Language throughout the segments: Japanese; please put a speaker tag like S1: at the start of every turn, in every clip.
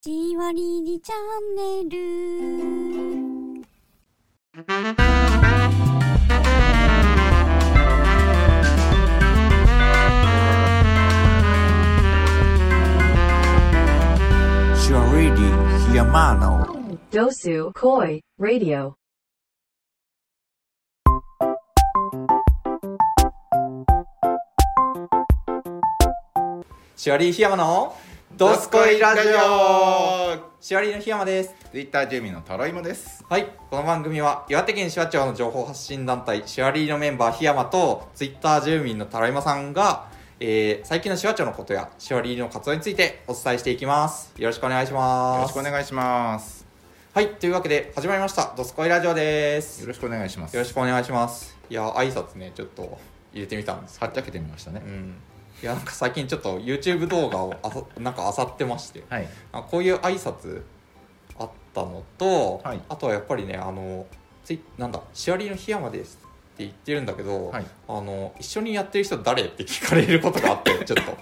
S1: じわりにチャンネル。
S2: You are ready, Yamano.
S3: Dosu Koi Radio.
S4: しおりひやまのドスコイラジオしおりのひやまです
S5: ツイッター住民のタロイモです。
S4: はいこの番組は岩手県紫波町の情報発信団体しおりのメンバーひやまとツイッター住民のたらいまさんが、えー最近の紫波町のことやしおりの活動についてお伝えしていきますよろしくお願いします
S5: よろしくお願いします。
S4: はいというわけで始まりましたドスコイラジオです
S5: よ
S4: よ
S5: ろしくお願いします。
S4: ろしくお願いしますいや挨拶ねちょっと入れてみたんです
S5: はっちゃけてみましたね
S4: う。んいやなんか最近ちょっと YouTube 動画をあさなんかあさってまして
S5: はい。
S4: あこういう挨拶あったのと、
S5: はい
S4: あとはやっぱりねあのついなんだ「シアリーの檜山です」って言ってるんだけど、
S5: はい
S4: あの一緒にやってる人誰って聞かれることがあって ちょっと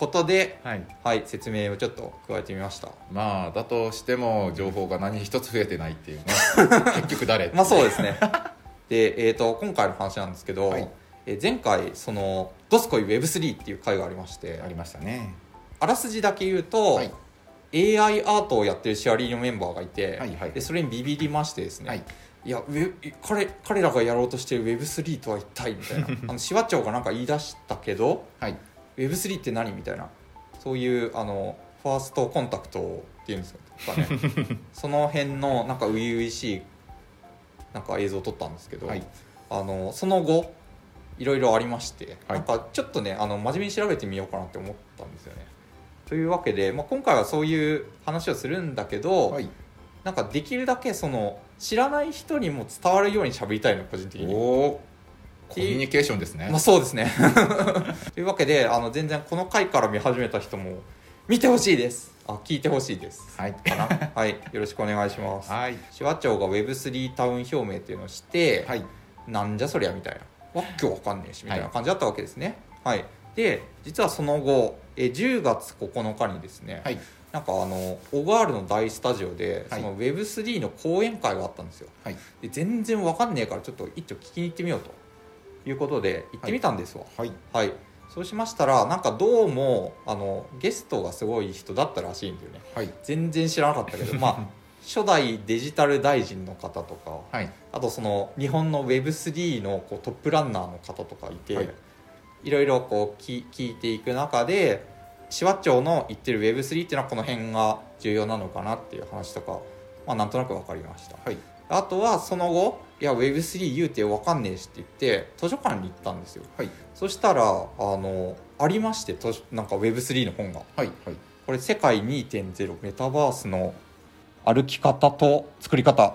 S4: ことで、
S5: はい。
S4: はい、説明をちょっと加えてみました
S5: まあだとしても情報が何一つ増えてないっ ていうね。結局誰？
S4: まあそうです ねで、えー、と今回の話なんですけど、
S5: はい
S4: えー前回その「ドスコイ Web3」っていう回がありまして
S5: ありましたね。
S4: あらすじだけ言うと、
S5: はい
S4: AI アートをやってるシアリーのメンバーがいて、
S5: はいはい
S4: でそれにビビりましてですね、
S5: はいい、
S4: やウェ彼彼らがやろうとしてる Web3 とは一体みたい なあのシワ長がなんか言い出したけど
S5: はい。
S4: Web3 って何みたいなそういうあのファーストコンタクトっていうんですか ねその辺のなんか初々しいなんか映像を撮ったんですけど、
S5: はい
S4: あのその後いろいろありまして、
S5: は
S4: な
S5: い
S4: んかちょっとねあの真面目に調べてみようかなって思ったんですよね。というわけで、まあ、今回はそういう話をするんだけど、
S5: はい。
S4: なんかできるだけその知らない人にも伝わるように喋りたいの個人的
S5: お
S4: に。
S5: おー。コミュニケーションですね
S4: まあ。そうですね。 というわけで、あの全然この回から見始めた人も見てほしいです。あ、聞いてほしいです。
S5: はい。
S4: かな。はい、よろしくお願いします。
S5: はい。
S4: 手話庁が Web3 タウン表明っていうのをして、
S5: はい。
S4: なんじゃそりゃみたいな。わっきょわかんねえしみたいな感じだったわけですね。はい。で、実はその後、え10月9日にですね、
S5: はい。
S4: なんかあのオガールの大スタジオで、
S5: はい
S4: その Web3 の講演会があったんですよ。
S5: はい。
S4: で全然わかんねえからちょっと一丁聞きに行ってみようということで行ってみたんですわ
S5: はい。
S4: はい、そうしましたらなんかどうもあのゲストがすごい人だったらしいんだよね
S5: はい。
S4: 全然知らなかったけどま あ初代デジタル大臣の方とか
S5: はい。
S4: あとその日本の Web3 のこうトップランナーの方とかいて、
S5: はいい、
S4: ろいろこうき聞いていく中で紫波町の言ってる Web3 っていうのはこの辺が重要なのかなっていう話とか、まあ、なんとなく分かりました
S5: はい。
S4: あとはその後「いや Web3 言うて分かんねえし」って言って図書館に行ったんですよ
S5: はい。
S4: そしたらあのありまして図書なんか Web3 の本が
S5: はい。はい。
S4: これ「世界2.0メタバースの歩き方と作り方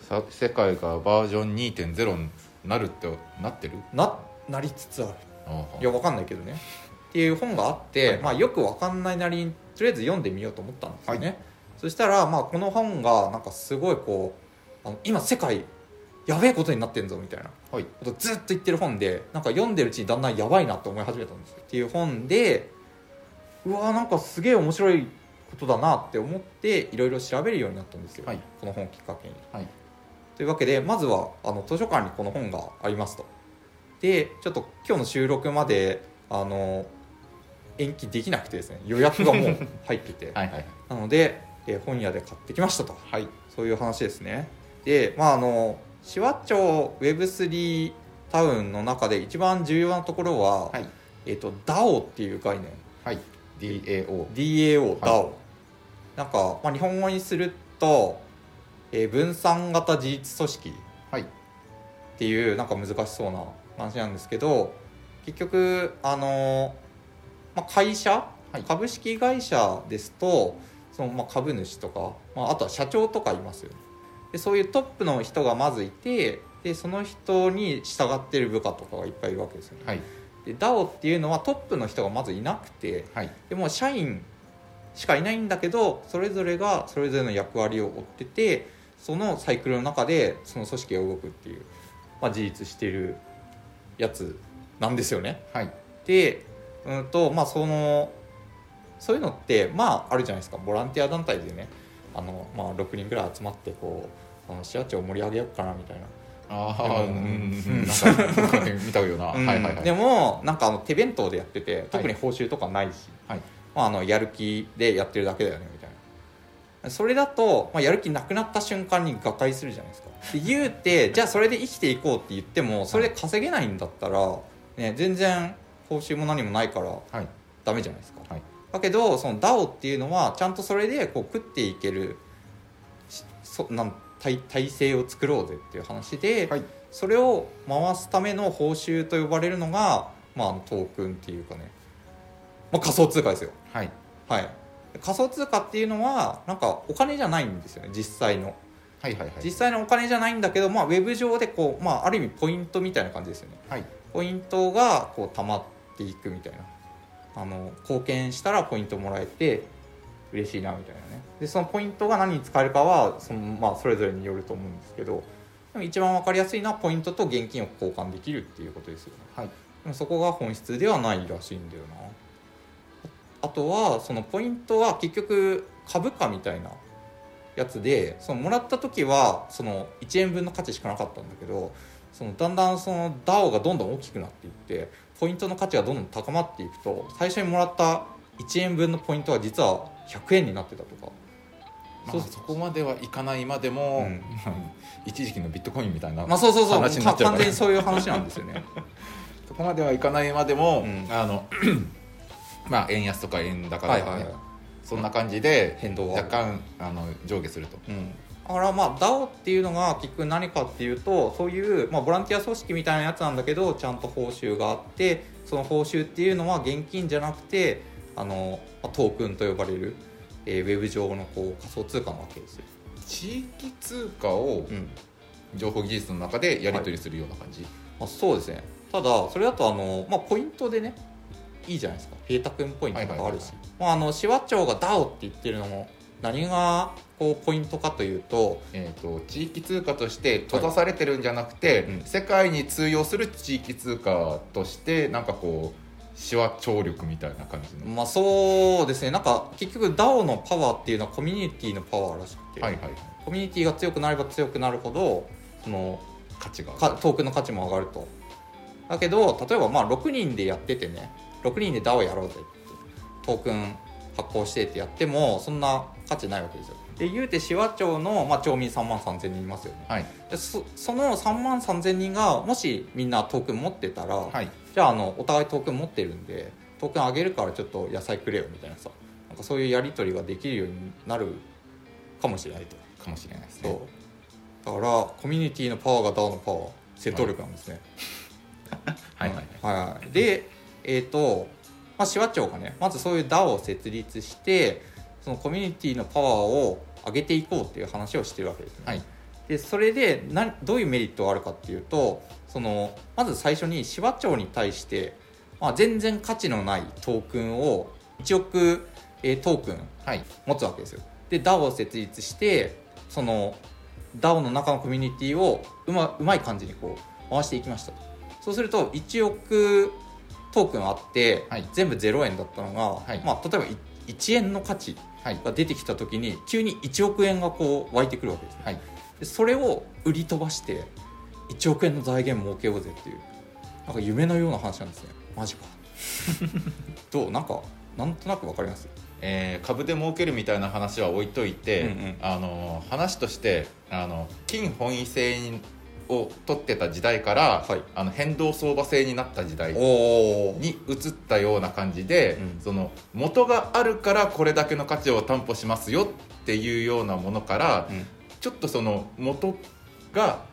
S5: さ世界がバージョン2.0になるってなってる？」
S4: ななりつつある
S5: ああ
S4: いや分かんないけどねっていう本があって、まあ、よく分かんないなりにとりあえず読んでみようと思ったんですよね、
S5: はい
S4: そしたら、まあ、この本がなんかすごいこうあの今世界やべえことになってんぞみたいな
S5: はい。
S4: ことずっと言ってる本でなんか読んでるうちにだんだんやばいなって思い始めたんですよっていう本でうわーなんかすげえ面白いことだなって思っていろいろ調べるようになったんですよ、
S5: はい
S4: この本をきっかけに。
S5: はい
S4: というわけでまずはあの図書館にこの本がありますと。でちょっと今日の収録まであの延期できなくてですね予約がもう入ってて、
S5: はい。はい。
S4: なので、えー本屋で買ってきましたと。
S5: はい。
S4: そういう話ですね。で、まああの紫波町 Web3 タウンの中で一番重要なところは、
S5: はい
S4: えっ、と DAO っていう概念、
S5: はい。DAO。
S4: DAO、
S5: い
S4: DAO。なんかまあ日本語にすると、えー分散型自立組織
S5: はい。
S4: っていうなんか難しそうな話なんですけど、結局あのまあ会社、
S5: はい
S4: 株式会社ですと。そのまあ株主とか、まあ、あとは社長とかいますよねでそういうトップの人がまずいてでその人に従ってる部下とかがいっぱいいるわけですよね
S5: はい。
S4: で DAO っていうのはトップの人がまずいなくて
S5: はい。
S4: でもう社員しかいないんだけどそれぞれがそれぞれの役割を負っててそのサイクルの中でその組織が動くっていう、まあ、自立してるやつなんですよね
S5: はい。
S4: で、うんとまあ、そのそういうのってまああるじゃないですかボランティア団体でねあの、まあ、6人ぐらい集まってこうあの市町を盛り上げようかなみたいな
S5: ああ
S4: う
S5: うんんうんなんか見たようなはいはいはい
S4: でもなんかあの手弁当でやってて特に報酬とかないし、
S5: はい
S4: まあ、あのやる気でやってるだけだよねみたいなそれだと、まあ、やる気なくなった瞬間に瓦解するじゃないですか で言うてじゃあそれで生きていこうって言ってもそれで稼げないんだったら、ね、全然報酬も何もないから
S5: はい
S4: ダメじゃないですか、
S5: はい
S4: だけどその DAO っていうのはちゃんとそれでこう食っていけるしそなん体体制を作ろうぜっていう話で、
S5: はい
S4: それを回すための報酬と呼ばれるのが、まああの、トークンっていうかね、まあ、仮想通貨ですよ
S5: はい
S4: はい仮想通貨っていうのはなんかお金じゃないんですよね実際の
S5: はいはいはい
S4: 実際のお金じゃないんだけど、まあ、ウェブ上でこう、まあ、ある意味ポイントみたいな感じですよね
S5: はい
S4: ポイントがこう溜まっていくみたいなあの貢献したらポイントもらえて嬉しいなみたいなねでそのポイントが何に使えるかはその、まあ、それぞれによると思うんですけどでも一番分かりやすいのはポイントと現金を交換できるっていうことですよね
S5: はい
S4: でもそこが本質ではないらしいんだよなあとはそのポイントは結局株価みたいなやつでそのもらった時はその1円分の価値しかなかったんだけどそのだんだんその DAO がどんどん大きくなっていってポイントの価値がどんどん高まっていくと最初にもらった1円分のポイントは実は100円になってたとか
S5: ま
S4: そう
S5: あ
S4: そう
S5: そこまではいかないまで
S4: う
S5: も
S4: ん
S5: 一時期のビットコインみたいな
S4: まあそうそうそう
S5: 話になっ
S4: 完
S5: ちゃうから
S4: 全にそういう話なんですよ ね
S5: そこまではいかないまでも
S4: うん
S5: あの まあ円安とか円高と
S4: はい
S5: か
S4: はい
S5: ね
S4: はい
S5: そんな感じで
S4: 変動は
S5: 若干あの上下すると
S4: うん、だからまあ DAO っていうのが結局何かっていうとそういう、まあ、ボランティア組織みたいなやつなんだけどちゃんと報酬があってその報酬っていうのは現金じゃなくてあのまあトークンと呼ばれる、えーウェブ上のこう仮想通貨なわけですよ、
S5: 地域通貨を情報技術の中でやり取りするような感じ、
S4: まあ、そうですねただそれだとあの、まあ、ポイントでねいいじゃないですか平太君ポイントとかあるし
S5: は
S4: まああの紫波町が DAO って言ってるのも何がこうポイントかというと
S5: えー、と地域通貨として閉ざされてるんじゃなくて、
S4: うん
S5: 世界に通用する地域通貨としてなんかこう手話聴力みたいな感じの、
S4: まあそうですねなんか結局 DAO のパワーっていうのはコミュニティのパワーらしくて、
S5: はいはい
S4: コミュニティが強くなれば強くなるほどその
S5: 価値が
S4: かトークンの価値も上がるとだけど例えばまあ6人でやっててね6人で DAO やろうぜってトークン発行してってやってもそんな価値ないわけですよで言うて紫波町の、まあ、町民3万3000人いますよね
S5: はい
S4: でそその3万3000人がもしみんなトークン持ってたら、
S5: はい
S4: じゃああのお互いトークン持ってるんでトークンあげるからちょっと野菜くれよみたいなさなんかそういうやり取りができるようになるかもしれないと
S5: かもしれないですね
S4: そうだからコミュニティのパワーが DAO のパワー戦闘力なんですね、
S5: はいはい
S4: はいはいでえっ、と、まあ、紫波町がねまずそういう DAO を設立してそのコミュニティのパワーを上げていこうっていう話をしてるわけですね、
S5: はい
S4: でそれでなどういうメリットがあるかっていうとそのまず最初に紫波町に対して、まあ、全然価値のないトークンを1億、えートークン
S5: はい
S4: 持つわけですよで DAO を設立してその DAO の中のコミュニティをうまうまい感じにこう回していきましたそうすると1億トークンあって、
S5: はい
S4: 全部0円だったのが、
S5: はい
S4: まあ、例えばい1円の価値
S5: はい
S4: が出てきた時に急に1億円がこう湧いてくるわけですね
S5: はい
S4: でそれを売り飛ばして1億円の財源儲けようぜっていうなんか夢のような話なんですねマ ジかどうなんかなんとなくわかります
S5: えー株で儲けるみたいな話は置いといて、
S4: うんうん
S5: あの話としてあの金本位制を取ってた時代から、
S4: はい
S5: あの変動相場制になった時代
S4: お
S5: に移ったような感じで、
S4: うん
S5: その元があるからこれだけの価値を担保しますよっていうようなものから、
S4: うん
S5: ちょっとその元が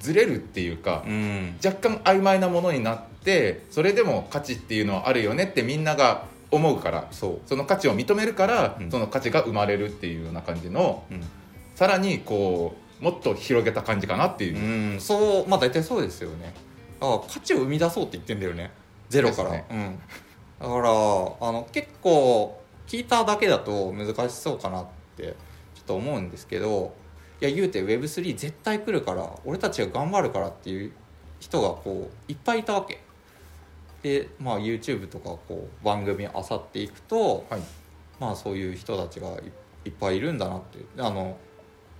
S5: ずれるっていうか、
S4: うん
S5: 若干曖昧なものになってそれでも価値っていうのはあるよねってみんなが思うから
S4: そう
S5: その価値を認めるから、
S4: うん
S5: その価値が生まれるっていうような感じの
S4: うん
S5: さらにこうもっと広げた感じかなっていう、
S4: うん、そうまあ大体そうですよねあ価値を生み出そうって言ってんだよねゼロから、
S5: で
S4: う
S5: す
S4: ん、だからあの結構聞いただけだと難しそうかなってちょっと思うんですけどいや言うて Web3 絶対来るから俺たちが頑張るからっていう人がこういっぱいいたわけで、まあ、YouTube とかこう番組あさっていくと、
S5: はい
S4: まあそういう人たちがいいっぱいいるんだなってあの、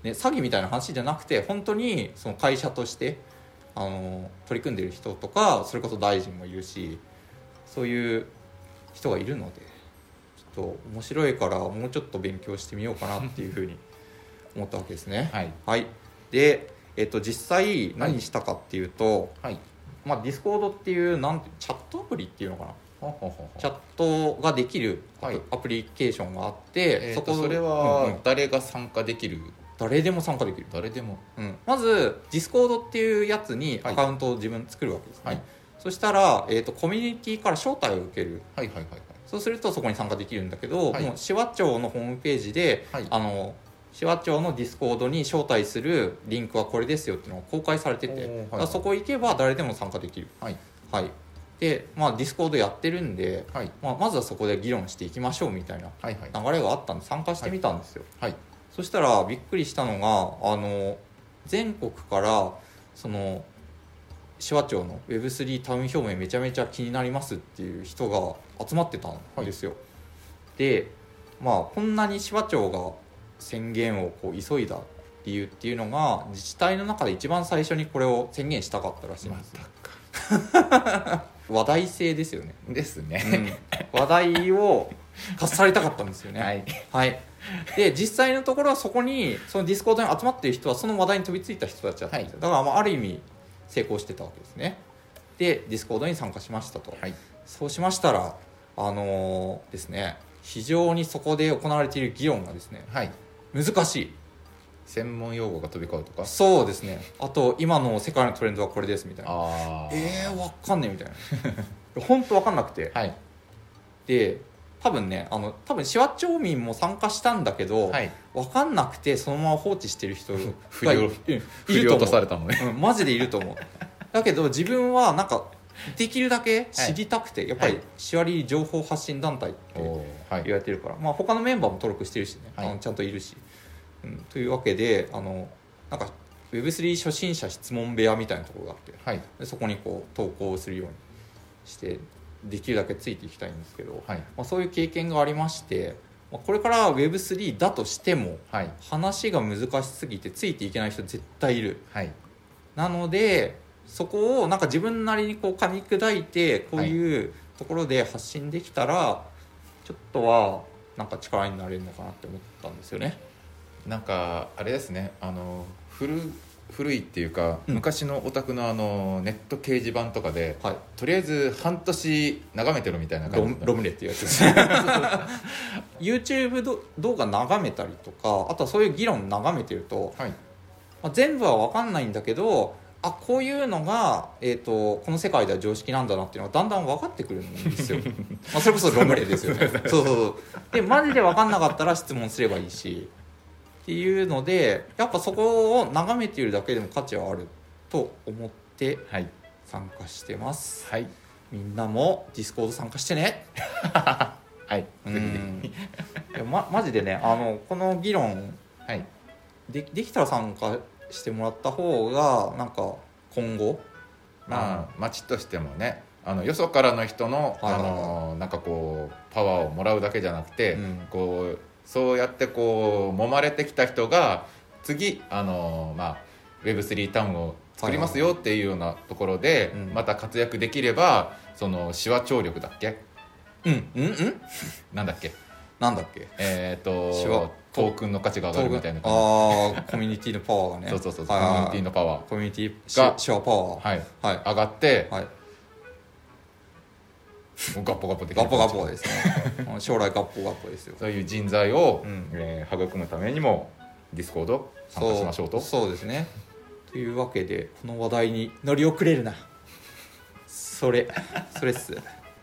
S4: ね、詐欺みたいな話じゃなくて本当にその会社としてあの取り組んでる人とかそれこそ大臣もいるしそういう人がいるのでちょっと面白いからもうちょっと勉強してみようかなっていうふうに思ったわけですね。
S5: はい
S4: はい、で、えっと、実際何したかっていうと、
S5: はい
S4: まあ、ディスコードっていうなんてチャットアプリっていうのかな
S5: ほほほ
S4: チャットができるアプ,、
S5: はい
S4: リケーションがあって、
S5: えーとそれは
S4: うんうん
S5: 誰が参加できる、
S4: 誰でも参加できる、
S5: 誰でも
S4: うんまずディスコードっていうやつに
S5: はい
S4: アカウントを自分作るわけですね、
S5: はい
S4: そしたら、えっとコミュニティから招待を受ける
S5: はいはいはい
S4: そうするとそこに参加できるんだけど、
S5: はい
S4: もう紫波町のホームページで、
S5: はい
S4: あの紫波町のディスコードに招待するリンクはこれですよっていうのが公開されてて、
S5: おーはい
S4: だからそこ行けば誰でも参加できる。
S5: はい
S4: はい、で、まあ、ディスコードやってるんで、
S5: はい
S4: まあ、まずはそこで議論していきましょうみたいな
S5: はいはい
S4: 流れがあったんで参加してみたんですよ。
S5: はい
S4: そしたらびっくりしたのがあの全国からその手話町の Web3 タウン表明めちゃめちゃ気になりますっていう人が集まってたんですよ。でまあこんなに手話町が宣言をこう急いだ理由っていうのが自治体の中で一番最初にこれを宣言したかったらしいん
S5: ま
S4: ですよ
S5: たか
S4: 話題性ですよね、
S5: です
S4: う
S5: ね、
S4: ん話題をかっさりたかったんですよね
S5: はい
S4: はい、で実際のところはそこにそのディスコードに集まっている人はその話題に飛びついた人たちだったんですよ、だからまあある意味成功してたわけですねでディスコードに参加しましたと、
S5: はい
S4: そうしましたらあのーですね非常にそこで行われている議論がですね
S5: はい
S4: 難しい
S5: 専門用語が飛び交うとか
S4: そうですねあと今の世界のトレンドはこれですみたいな
S5: あー
S4: えー、わかんねえみたいな本当わかんなくて、
S5: はい
S4: で多分ねあの多分紫波町民も参加したんだけど、
S5: はい
S4: 分かんなくてそのまま放置してる 人が
S5: 振り落
S4: うん
S5: 振
S4: い
S5: り
S4: ると思
S5: 落と
S4: う
S5: されたのね
S4: うん、マジでいると思うだけど自分はなんかできるだけ知りたくて、やっぱり
S5: はい
S4: シワリ情報発信団体って
S5: おー は
S4: 言
S5: い
S4: われてるから、まあ、他のメンバーも登録してるしね、
S5: はい
S4: あのちゃんといるし、うん、というわけであのなんか Web3 初心者質問部屋みたいなところがあって
S5: はい
S4: でそこにこう投稿するようにしてできるだけついていきたいんですけど、
S5: はい
S4: まあ、そういう経験がありまして、まあ、これから Web3 だとしても
S5: はい
S4: 話が難しすぎてついていけない人絶対いる
S5: はい
S4: なのでそこをなんか自分なりにこう噛み砕いてこういうところで発信できたら、ちょっとはなんか力になれるのかなって思ったんですよね。
S5: なんかあれですねあの古古いっていうか、
S4: うん
S5: 昔のオタクのあのネット掲示板とかで
S4: はい
S5: とりあえず半年眺めてろみたいな
S4: ロ
S5: 感
S4: ム
S5: じ
S4: ロムレっていうやつですね YouTube ど動画眺めたりとかあとはそういう議論眺めてると、
S5: はい
S4: まあ、全部は分かんないんだけどあこういうのが、えー、とこの世界では常識なんだなっていうのがだんだん分かってくるん ですよまあそれこそロムレですよねそうそうそうでマジで分かんなかったら質問すればいいしっていうのでやっぱそこを眺めているだけでも価値はあると思って
S5: はい
S4: 参加してます
S5: はい
S4: みんなもディスコード参加してね
S5: はい
S4: うんいやま、マジでねあのこの議論
S5: はい
S4: でできたら参加してもらった方がなんか今後
S5: まあ町としてもねあのよそからの人の、
S4: はいはいはい
S5: あのなんかこうパワーをもらうだけじゃなくて、
S4: うん
S5: こうそうやってこう揉まれてきた人が次あのまあ Web3 タウンを作りますよっていうようなところで、
S4: うん
S5: また活躍できればその手話聴力だっけ
S4: うんうんうん
S5: なんだっけ
S4: なんだっけ
S5: えっ、
S4: 手
S5: ー、
S4: 話
S5: とトークンの価値が上がるみたいな
S4: あ
S5: 感
S4: ーコミュニティのパワーがね
S5: じ そうそうそうコ
S4: は
S5: ミ
S4: いはい
S5: ュニティのパワ
S4: コミュニティ
S5: が
S4: シシュアパワ
S5: ー
S4: ー
S5: はい
S4: はいは
S5: 上がって
S4: い、、はい、
S5: もうガッポガッポできる
S4: ガッポガッポですねうん将来ガッポガッポですよ
S5: そういう人材を、
S4: うん
S5: えー育むためにもディスコード参加しましょうと
S4: そうそうですねというわけでこの話題に乗り遅れるなそれ それっすい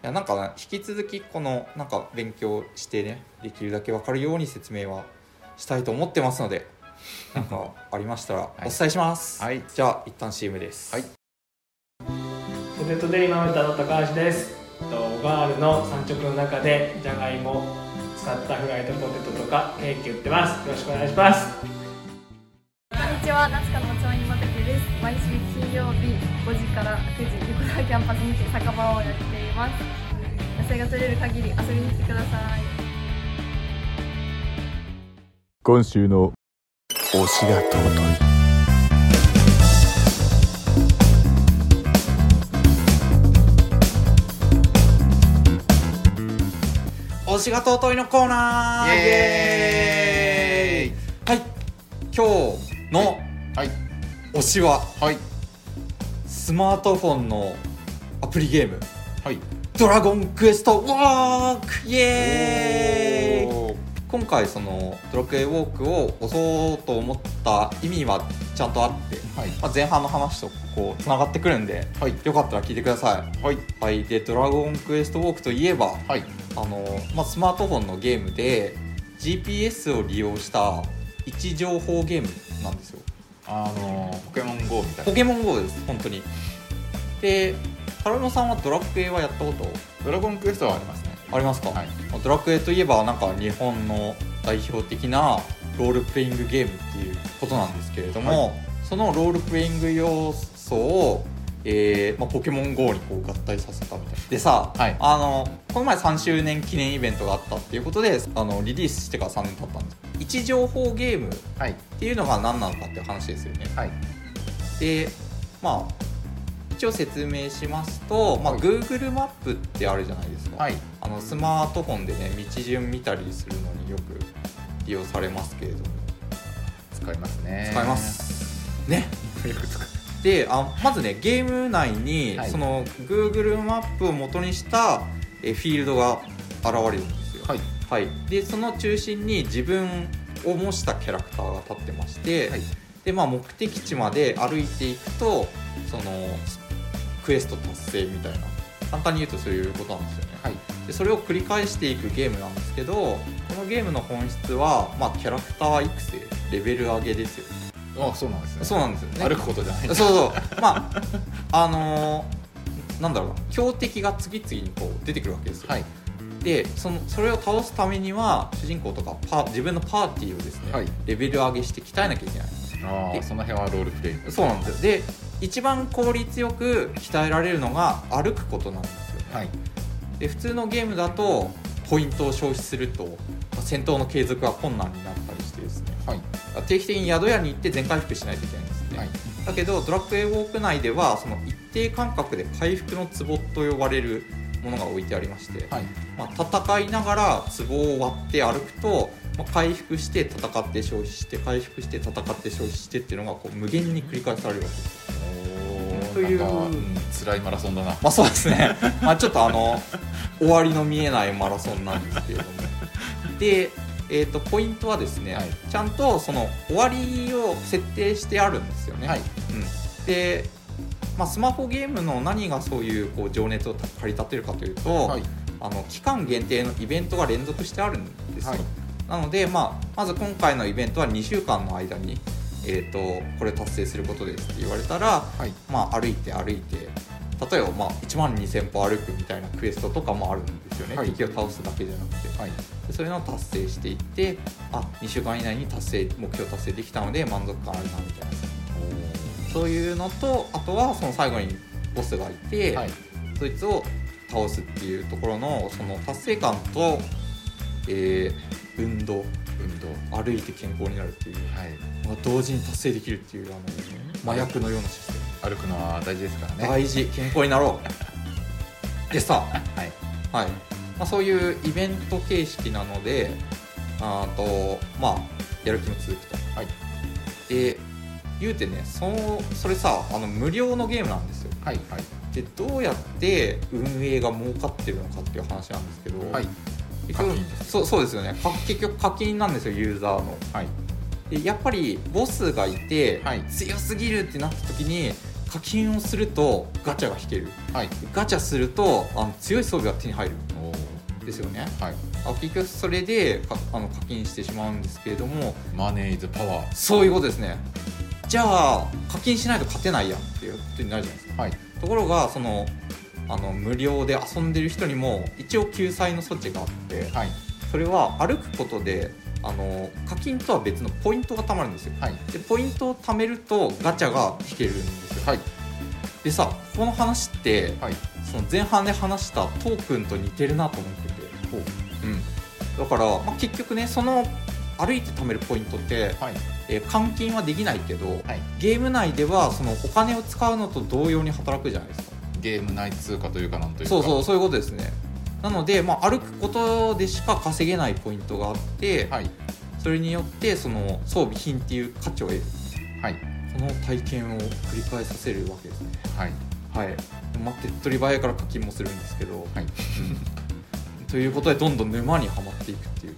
S4: やなんかな引き続きこのなんか勉強してねできるだけ分かるように説明はしたいと思ってますのでなんかありました らお
S5: い
S4: 伝えします、
S5: はい
S4: じゃあ一旦 CM です、
S5: はい
S6: ポテトデリマメタの高橋です。えっとガールの産直の中でじゃがいも使ったフライドポテトとかケーキ売ってます。よろしくお願いします。
S7: こんにちは、夏香の町員またけです。毎週金曜日5時から9時、横田キャンパスにて酒場をやっています。野菜が取れる限り遊びに来てください。
S8: 今週の
S2: 推しが尊い
S4: 推しが尊いのコーナー
S5: イエーイ
S4: はい今日の
S5: はい
S4: 推しは
S5: はい
S4: スマートフォンのアプリゲーム
S5: はい
S4: 「ドラゴンクエストウォーク」イエーイ
S5: おー
S4: 今回その「ドラクエウォーク」を押そうと思った意味はちゃんとあって、
S5: はい
S4: まあ、前半の話とこうつながってくるんで、
S5: はい
S4: よかったら聞いてくださ
S5: はい
S4: いはいで「ドラゴンクエストウォーク」といえば
S5: はい
S4: あの、まあ、スマートフォンのゲームで GPS を利用した位置情報ゲームなんですよ
S5: あのーポケモン GO みたい
S4: ポ
S5: な
S4: ケモン GO です本当にでタロノさんはドラクエはやったこと
S5: ドラゴンクエストはありますね
S4: ありますか、
S5: はい
S4: ドラクエといえばなんか日本の代表的なロールプレイングゲームっていうことなんですけれども、そのロールプレイング要素を、えーまあ、ポケモン GO にこう合体させたみたいなでさ、
S5: はい
S4: あのこの前3周年記念イベントがあったっていうことであのリリースしてから3年経ったんです位置情報ゲームっ
S5: はい
S4: ていうのが何なのかっていう話ですよね
S5: はい
S4: でまあ一応説明しますと、まあ、Google マップってあるじゃないですか、
S5: はい
S4: あのスマートフォンでね道順見たりするのによく利用されますけれども
S5: 使いますね
S4: 使います、ね
S5: よく使う
S4: であまずねゲーム内に、
S5: はい
S4: その Google マップを元にしたえフィールドが現れるんですよ
S5: はい
S4: はい、でその中心に自分を模したキャラクターが立ってまして、
S5: はい
S4: でまあ、目的地まで歩いていくとそのクエスト達成みたいな簡単に言うとそういうことなんですよね、
S5: はい
S4: でそれを繰り返していくゲームなんですけどこのゲームの本質は、まあ、キャラクター育成レベル上げですよ
S5: あそうなんですね
S4: そうなんですよね
S5: 歩くことじゃない
S4: そうそうまああのーなんだろうな強敵が次々にこう出てくるわけですよ、
S5: はい
S4: でそのそれを倒すためには主人公とかパー自分のパーティーをですね、
S5: はい
S4: レベル上げして鍛えなきゃいけない
S5: あ
S4: で
S5: あその辺はロールプレイング
S4: そうなんですよで一番効率よく鍛えられるのが歩くことなんですよね、
S5: はい
S4: で普通のゲームだとポイントを消費するとまあ戦闘の継続が困難になったりしてですね
S5: はい
S4: 定期的に宿屋に行って全回復しないといけないんですね、
S5: はい
S4: だけどドラクエウォーク内ではその一定間隔で回復の壺と呼ばれるものが置いてありまして、
S5: はい
S4: まあ、戦いながら壺を割って歩くと、まあ、回復して戦って消費して回復して戦って消費してっていうのがこう無限に繰り返されるわけです
S5: お
S4: という
S5: なんかうん辛いマラソンだな
S4: まあそうですね まあちょっとあの終わりの見えないマラソンなんですけれどもで、えー、とポイントはですね、
S5: はい
S4: ちゃんとその終わりを設定してあるんですよね、
S5: はい
S4: うん、で、まあ、スマホゲームの何がそういうこう情熱を駆り立てるかというと、
S5: はい
S4: あの期間限定のイベントが連続してあるんですよ、
S5: はい
S4: なので、まあ、まず今回のイベントは2週間の間に、えー、とこれ達成することですって言われたら、
S5: はい
S4: まあ、歩いて歩いて例えば、まあ、1万2000歩歩くみたいなクエストとかもあるんですよね、
S5: はい
S4: 敵を倒すだけじゃなくて
S5: はい
S4: でそういうのを達成していってあ2週間以内に達成目標達成できたので満足感あるなみたいなそういうのとあとはその最後にボスがいて、
S5: はい
S4: そいつを倒すっていうところのその達成感と、えー運動
S5: 運動
S4: 歩いて健康になるっていう、
S5: はい
S4: まあ、同時に達成できるっていうあの麻薬のようなシステム
S5: 歩くのは大事ですからね
S4: 大事健康になろう でさ、
S5: はい
S4: はいまあ、そういうイベント形式なのであーと、まあ、やる気も続くと、
S5: はい
S4: で言うてねそうそれさあの無料のゲームなんですよ
S5: はいはい
S4: でどうやって運営が儲かってるのかっていう話なんですけど、
S5: はい
S4: 結局
S5: 課金です
S4: そうそうですよねか結局課金なんですよユーザーの
S5: はい
S4: でやっぱりボスがいて、
S5: はい
S4: 強すぎるってなった時に課金をするとガチャが引ける
S5: はい
S4: ガチャするとあの強い装備が手に入る
S5: お
S4: んですよね
S5: ーはい
S4: あ結局それでかあの課金してしまうんですけれども
S5: マネーイズパワー
S4: そういうことですねじゃあ課金しないと勝てないやんっていうことになるじゃないですか
S5: はい
S4: ところがそのあの無料で遊んでる人にも一応救済の措置があって
S5: はい
S4: それは歩くことであの課金とは別のポイントが貯まるんですよ
S5: はい
S4: でポイントを貯めるとガチャが引けるんですよ
S5: はい
S4: でさこの話って
S5: はい
S4: その前半で話したトークンと似てるなと思ってて、うん、だから、まあ、結局ねその歩いて貯めるポイントって、
S5: はい
S4: えー換金はできないけど、
S5: はい
S4: ゲーム内ではそのお金を使うのと同様に働くじゃないですか
S5: ゲーム内通貨というかなんというか
S4: そうそうそういうことですねなので、まあ、歩くことでしか稼げないポイントがあって、
S5: はい
S4: それによってその装備品っていう価値を得る
S5: はい
S4: その体験を繰り返させるわけですね
S5: はい
S4: はいまあ手っ取り早いから課金もするんですけど
S5: はい
S4: ということでどんどん沼にはまっていくっていう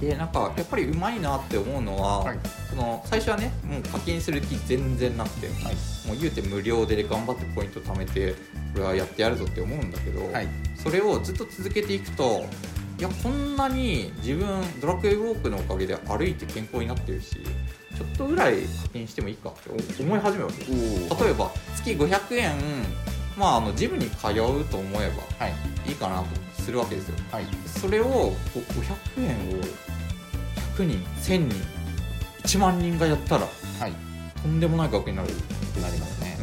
S4: でなんかやっぱりうまいなって思うのは、
S5: はい
S4: その最初はねもう課金する気全然なくて、
S5: はい
S4: もう言うて無料で頑張ってポイント貯めてこれはやってやるぞって思うんだけど、
S5: はい
S4: それをずっと続けていくといやこんなに自分ドラクエウォークのおかげで歩いて健康になってるしちょっとぐらい課金してもいいかって思い始めるわけです例えば月500円まああのジムに通うと思えば
S5: はい
S4: いいかなとするわけですよ
S5: はい
S4: それをこう500円を100人1000人1万人がやったら
S5: はい
S4: とんでもない額になる、
S5: なりますね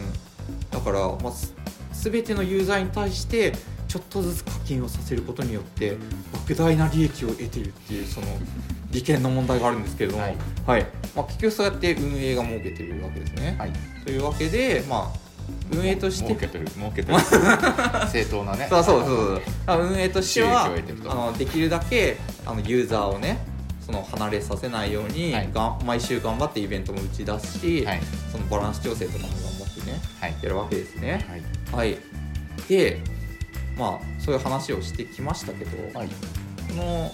S4: だから、まあ、す全てのユーザーに対してちょっとずつ課金をさせることによって莫大な利益を得てるっていうそ の利権の問題があるんですけれども、
S5: は
S4: はい
S5: い
S4: まあ、結局そうやって運営が儲けてるわけですね。
S5: はい
S4: というわけで、まあ、運営として
S5: 儲けてる儲けてる正当なね
S4: そうそうそうそうあ運営としては
S5: 収益を得てると
S4: あのできるだけあのユーザーをねその離れさせないように、
S5: はい
S4: が毎週頑張ってイベントも打ち出すし、
S5: はい
S4: そのバランス調整とかも頑張ってね
S5: はい
S4: やるわけですね
S5: はい
S4: はいでまあそういう話をしてきましたけど、
S5: はい
S4: この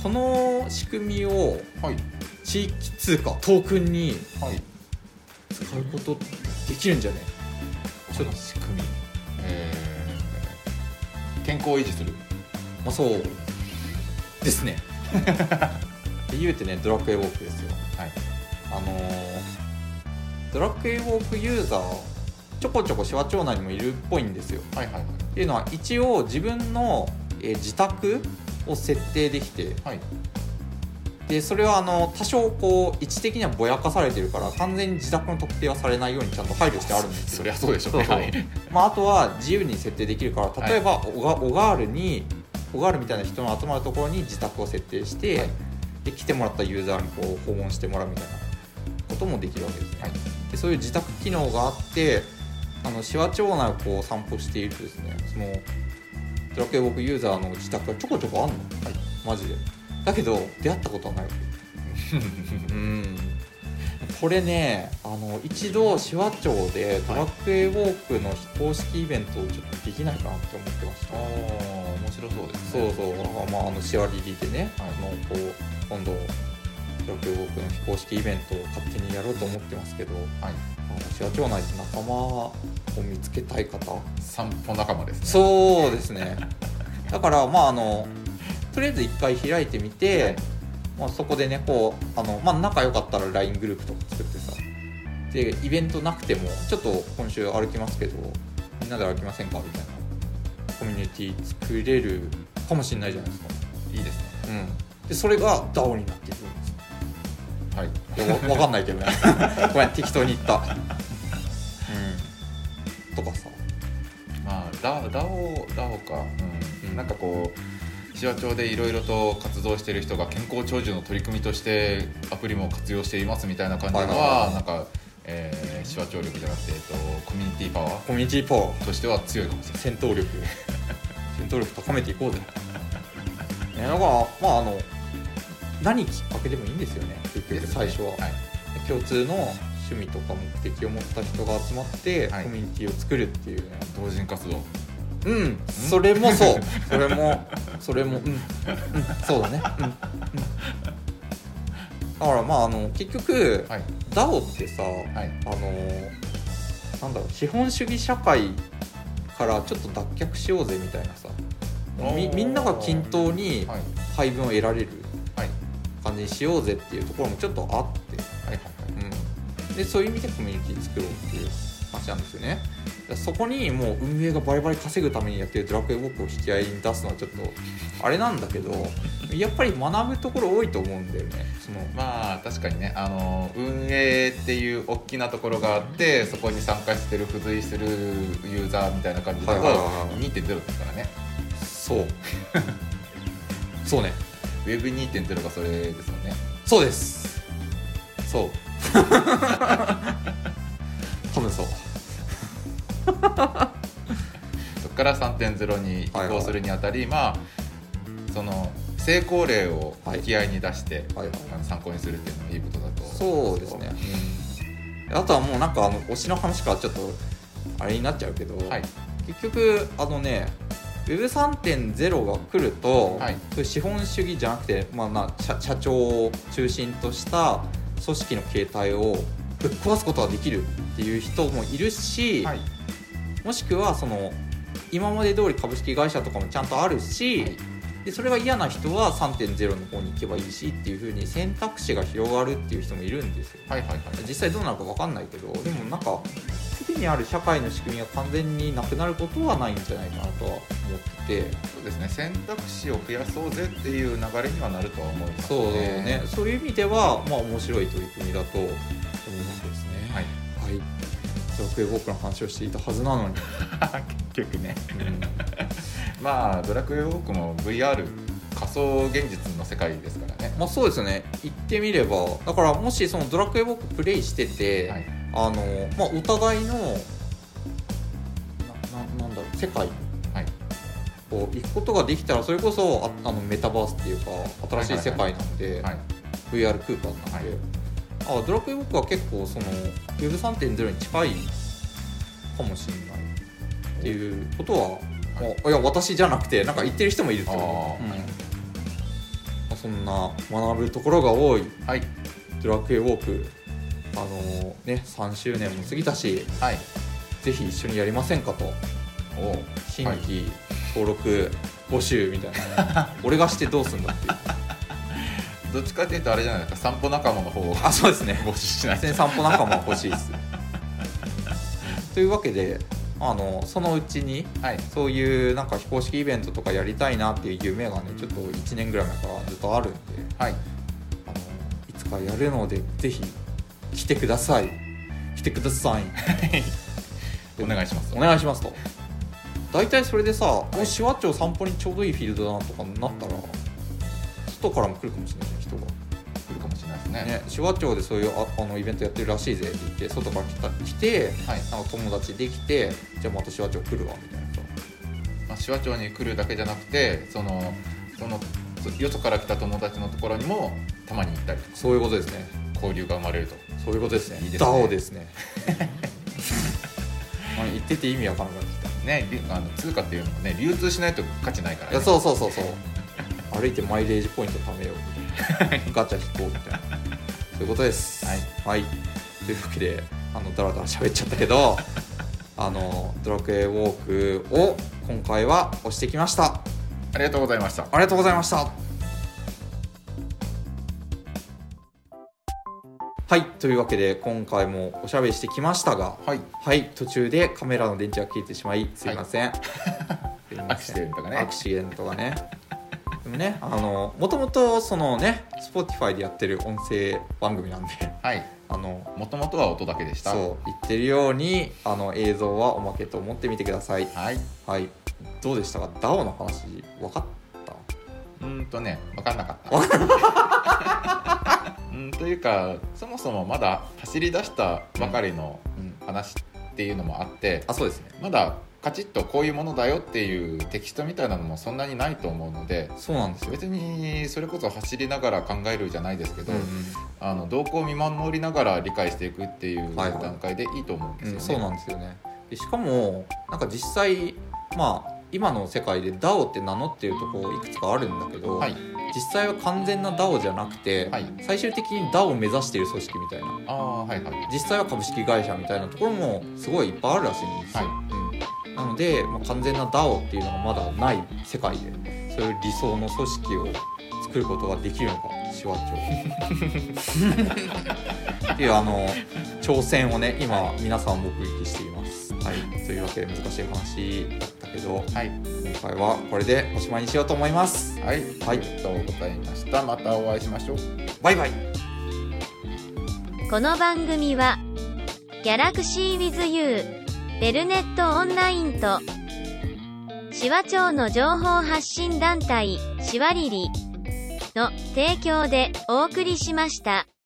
S4: この仕組みを
S5: はい
S4: 地域通貨トークンに
S5: はい
S4: 使うことできるんじゃねちょっと
S5: 仕組みえー健康を維持する
S4: まあそうです ねで言うてねドラクエウォークですよ
S5: はい
S4: あのードラクエウォークユーザーちょこちょこシワ町内にもいるっぽいんですよ
S5: はいはい
S4: っていうのは一応自分の、えー自宅を設定できて
S5: はい
S4: でそれはあの多少こう位置的にはぼやかされてるから完全に自宅の特定はされないようにちゃんと配慮してあるんですよ
S5: そりゃそうでしょ
S4: そうそう
S5: はい
S4: まあ、あとは自由に設定できるから例えばオガ,、オガールにオガールみたいな人の集まるところに自宅を設定して、
S5: はい
S4: で来てもらったユーザーにこう訪問してもらうみたいなこともできるわけですね、
S5: はい
S4: でそういう自宅機能があってあの紫波町内をこう散歩しているとですねそのドラクエウォークユーザーの自宅がちょこちょこあんの、マジでだけど出会ったことはないわけ うんこれねあの一度紫波町でドラクエウォークの非公式イベントをちょっとできないかなって思ってました、
S5: ああ面白そうです
S4: そうそうまああのシワリリでね、
S5: はい
S4: あのこう今度ドラクエウォークの非公式イベントを勝手にやろうと思ってますけど
S5: はい
S4: あの紫波町内で仲間を見つけたい方
S5: 散歩仲間ですね
S4: そうですねだからまああのとりあえず一回開いてみて、
S5: はい
S4: まあ、そこでねこうあの、まあ、仲良かったら LINE グループとか作ってさでイベントなくてもちょっと今週歩きますけどみんなで歩きませんかみたいなコミュニティ作れるかもしれないじゃないですか、
S5: いいですね
S4: うん、でそれが DAO になっていくんです
S5: はい
S4: いやわわかんないけどね ごめん適当に言った、うん、とかさ
S5: まあダダオダオかうん、
S4: うん
S5: なんかこう紫波町でいろいろと活動している人が健康長寿の取り組みとしてアプリも活用していますみたいな感じのは,、
S4: はいはいはい
S5: なんか、えー、紫波町力じゃなくて、えっと、コミュニティパワー
S4: コミュニティパワー
S5: としては強いかもしれない
S4: 戦闘力 戦闘力高めていこう ぜ、ね、だからまああの何きっかけでもいいんですよね結
S5: で
S4: 局
S5: すね
S4: 最初は、
S5: はい
S4: 共通の趣味とか目的を持った人が集まって、
S5: はい
S4: コミュニティを作るっていうね
S5: 同人活動
S4: うんそれもそう それもそれもうん、うん、そうだねうん、うん、だからまああの結局、
S5: はい
S4: DAO ってさ、
S5: はい
S4: あのーなんだろう資本主義社会からちょっと脱却しようぜみたいなさみ
S5: おー
S4: みんなが均等に
S5: はい
S4: 配分を得られる
S5: はい
S4: 感じにしようぜっていうところもちょっとあっ
S5: はいはい
S4: て、うん、でそういう意味でコミュニティ作ろうっていう話なんですよねだからそこにもう運営がバリバリ稼ぐためにやってるドラクエウォークを引き合いに出すのはちょっとあれなんだけどやっぱり学ぶところ多いと思うんだよねその
S5: まあ確かにねあの運営っていう大きなところがあってそこに参加してる付随してるユーザーみたいな感じだと
S4: はいはいはいはい
S5: 2.0ですからね
S4: そうそうね
S5: Web2.0 がそれですよね
S4: そうですそう 多分そう
S5: そこから3.0に移行するにあたり、まあその成功例を引き合いに出して、
S4: はいはい
S5: あの参考にするっていうのはいいことだと
S4: そうですね、うんあとはもうなんかあの推しの話からちょっとあれになっちゃうけど、
S5: はい
S4: 結局あのね Web3.0 が来ると、
S5: はい
S4: そういう資本主義じゃなくて、まあ、な社社長を中心とした組織の形態をぶっ壊すことができるっていう人もいるし、
S5: はい
S4: もしくはその今まで通り株式会社とかもちゃんとあるし、
S5: はい
S4: でそれが嫌な人は3.0の方に行けばいいしっていう風に選択肢が広がるっていう人もいるんですよ
S5: はいはいはい
S4: 実際どうなるか分かんないけどでもなんかすでにある社会の仕組みが完全になくなることはないんじゃないかなとは思ってて
S5: そうですね選択肢を増やそうぜっていう流れにはなるとは思います
S4: そうねそういう意味ではまあ面白い取り組みだと思いますですね
S5: はい
S4: はいじゃあクエボークの話をしていたはずなのに、
S5: 結局ねまあドラクエウォークも VR 仮想現実の世界ですからね
S4: まあそうですね言ってみればだからもしそのドラクエウォークプレイしてて、
S5: はい
S4: あのまあお互いのなななんだろう世界
S5: はい
S4: こう行くことができたらそれこそああのメタバースっていうか新しい世界なので
S5: はい
S4: VR 空間なので、あドラクエウォークは結構その Web3.0 に近いかもしれないっていうことは、
S5: はい
S4: あいや私じゃなくてなんか言ってる人もいるってこと
S5: あー
S4: うんまあそんな学ぶところが多い
S5: はい
S4: ドラクエウォークあのね3周年も過ぎたし
S5: はい
S4: ぜひ一緒にやりませんかと
S5: おう
S4: 新
S5: はい
S4: 規登録募集みたいな、 俺がしてどうすんだっていう
S5: どっちかっていうとあれじゃないですか散歩仲間の方を
S4: あそうですね
S5: 募集しない
S4: 全然散歩仲間は欲しいですというわけであのそのうちに
S5: はい
S4: そういうなんか非公式イベントとかやりたいなっていう夢がねちょっと1年ぐらい前からずっとあるんで
S5: はい
S4: あのいつかやるのでぜひ来てください来てください
S5: お願いします
S4: お願いしますと大体それでさ、おシュワッチョ散歩にちょうどいいフィールドだなとかなったら外からも来るかもしれない人が。
S5: 来るかもしれないですね
S4: ね、手話町でそういうああのイベントやってるらしいぜって言って外から来た来て、
S5: はい
S4: なんか友達できてじゃあまた手話町来るわみたいなさ
S5: まあ、手話町に来るだけじゃなくてそのそのそよそから来た友達のところにもたまに行ったりと
S4: そういうことですね
S5: 交流が生まれると
S4: そういうことですね
S5: いいですね
S4: ダオです ねまあ言ってて意味わかんなくなってきた
S5: ねりあの通貨っていうのもね流通しないと価値ないから、
S4: い
S5: ね、
S4: やそうそうそうそう歩いてマイレージポイント貯めようみたいなガチャ引こうみたいなそういうことです
S5: はい、
S4: はい、というわけであのダラダラ喋っちゃったけど あのドラクエウォークを今回は押してきました
S5: ありがとうございました
S4: ありがとうございました。はい、というわけで今回もおしゃべりしてきましたが、
S5: はい
S4: はい、途中でカメラの電池が切れてしまい、すいません。すいません
S5: アクシデントがね
S4: アクシデントがね。でもね、あの、もともとそのね、Spotify でやってる音声番組なんで、
S5: はい
S4: あの、
S5: もともとは音だけでした
S4: そう言ってるように、あの映像はおまけと思ってみてください。
S5: はい
S4: はい、どうでしたか、DAO の話、分かった。
S5: うーんとね分かんなかったう ーんというかそもそもまだ走り出したばかりの
S4: うん、
S5: 話っていうのもあって
S4: あ、そうですね。
S5: まだカチッとこういうものだよっていうテキストみたいなのもそんなにないと思うので
S4: そうなんですよ。
S5: 別にそれこそ走りながら考えるじゃないですけど、
S4: う
S5: あの動向を見守りながら理解していくっていう
S4: はいはい
S5: 段階でいいと思うんです
S4: ん
S5: よね。
S4: そうなんですよねでしかもなんか実際まあ今の世界で DAO って名乗ってるとこいくつかあるんだけど、
S5: はい、
S4: 実際は完全な DAO じゃなくて、
S5: はい
S4: 最終的に DAO を目指している組織みたいな
S5: ああはいはい
S4: 実際は株式会社みたいなところもすごいいっぱいあるらしいんですよ、うんなので、まあ、完全な DAO っていうのがまだない世界でそういう理想の組織を作ることができるのか手話帳 っていうあの挑戦をね今皆さん目撃しています。はい、というわけで難しい話だったけど
S5: はい、
S4: 今回はこれでおしまいにしようと思います。は
S5: はい、
S4: い
S5: ありがとうございましたまたお会いしましょう
S4: バイバイ
S8: この番組は、ギャラクシーウィズユー、ベルネットオンラインと、シワ町の情報発信団体、シワリリの提供でお送りしました。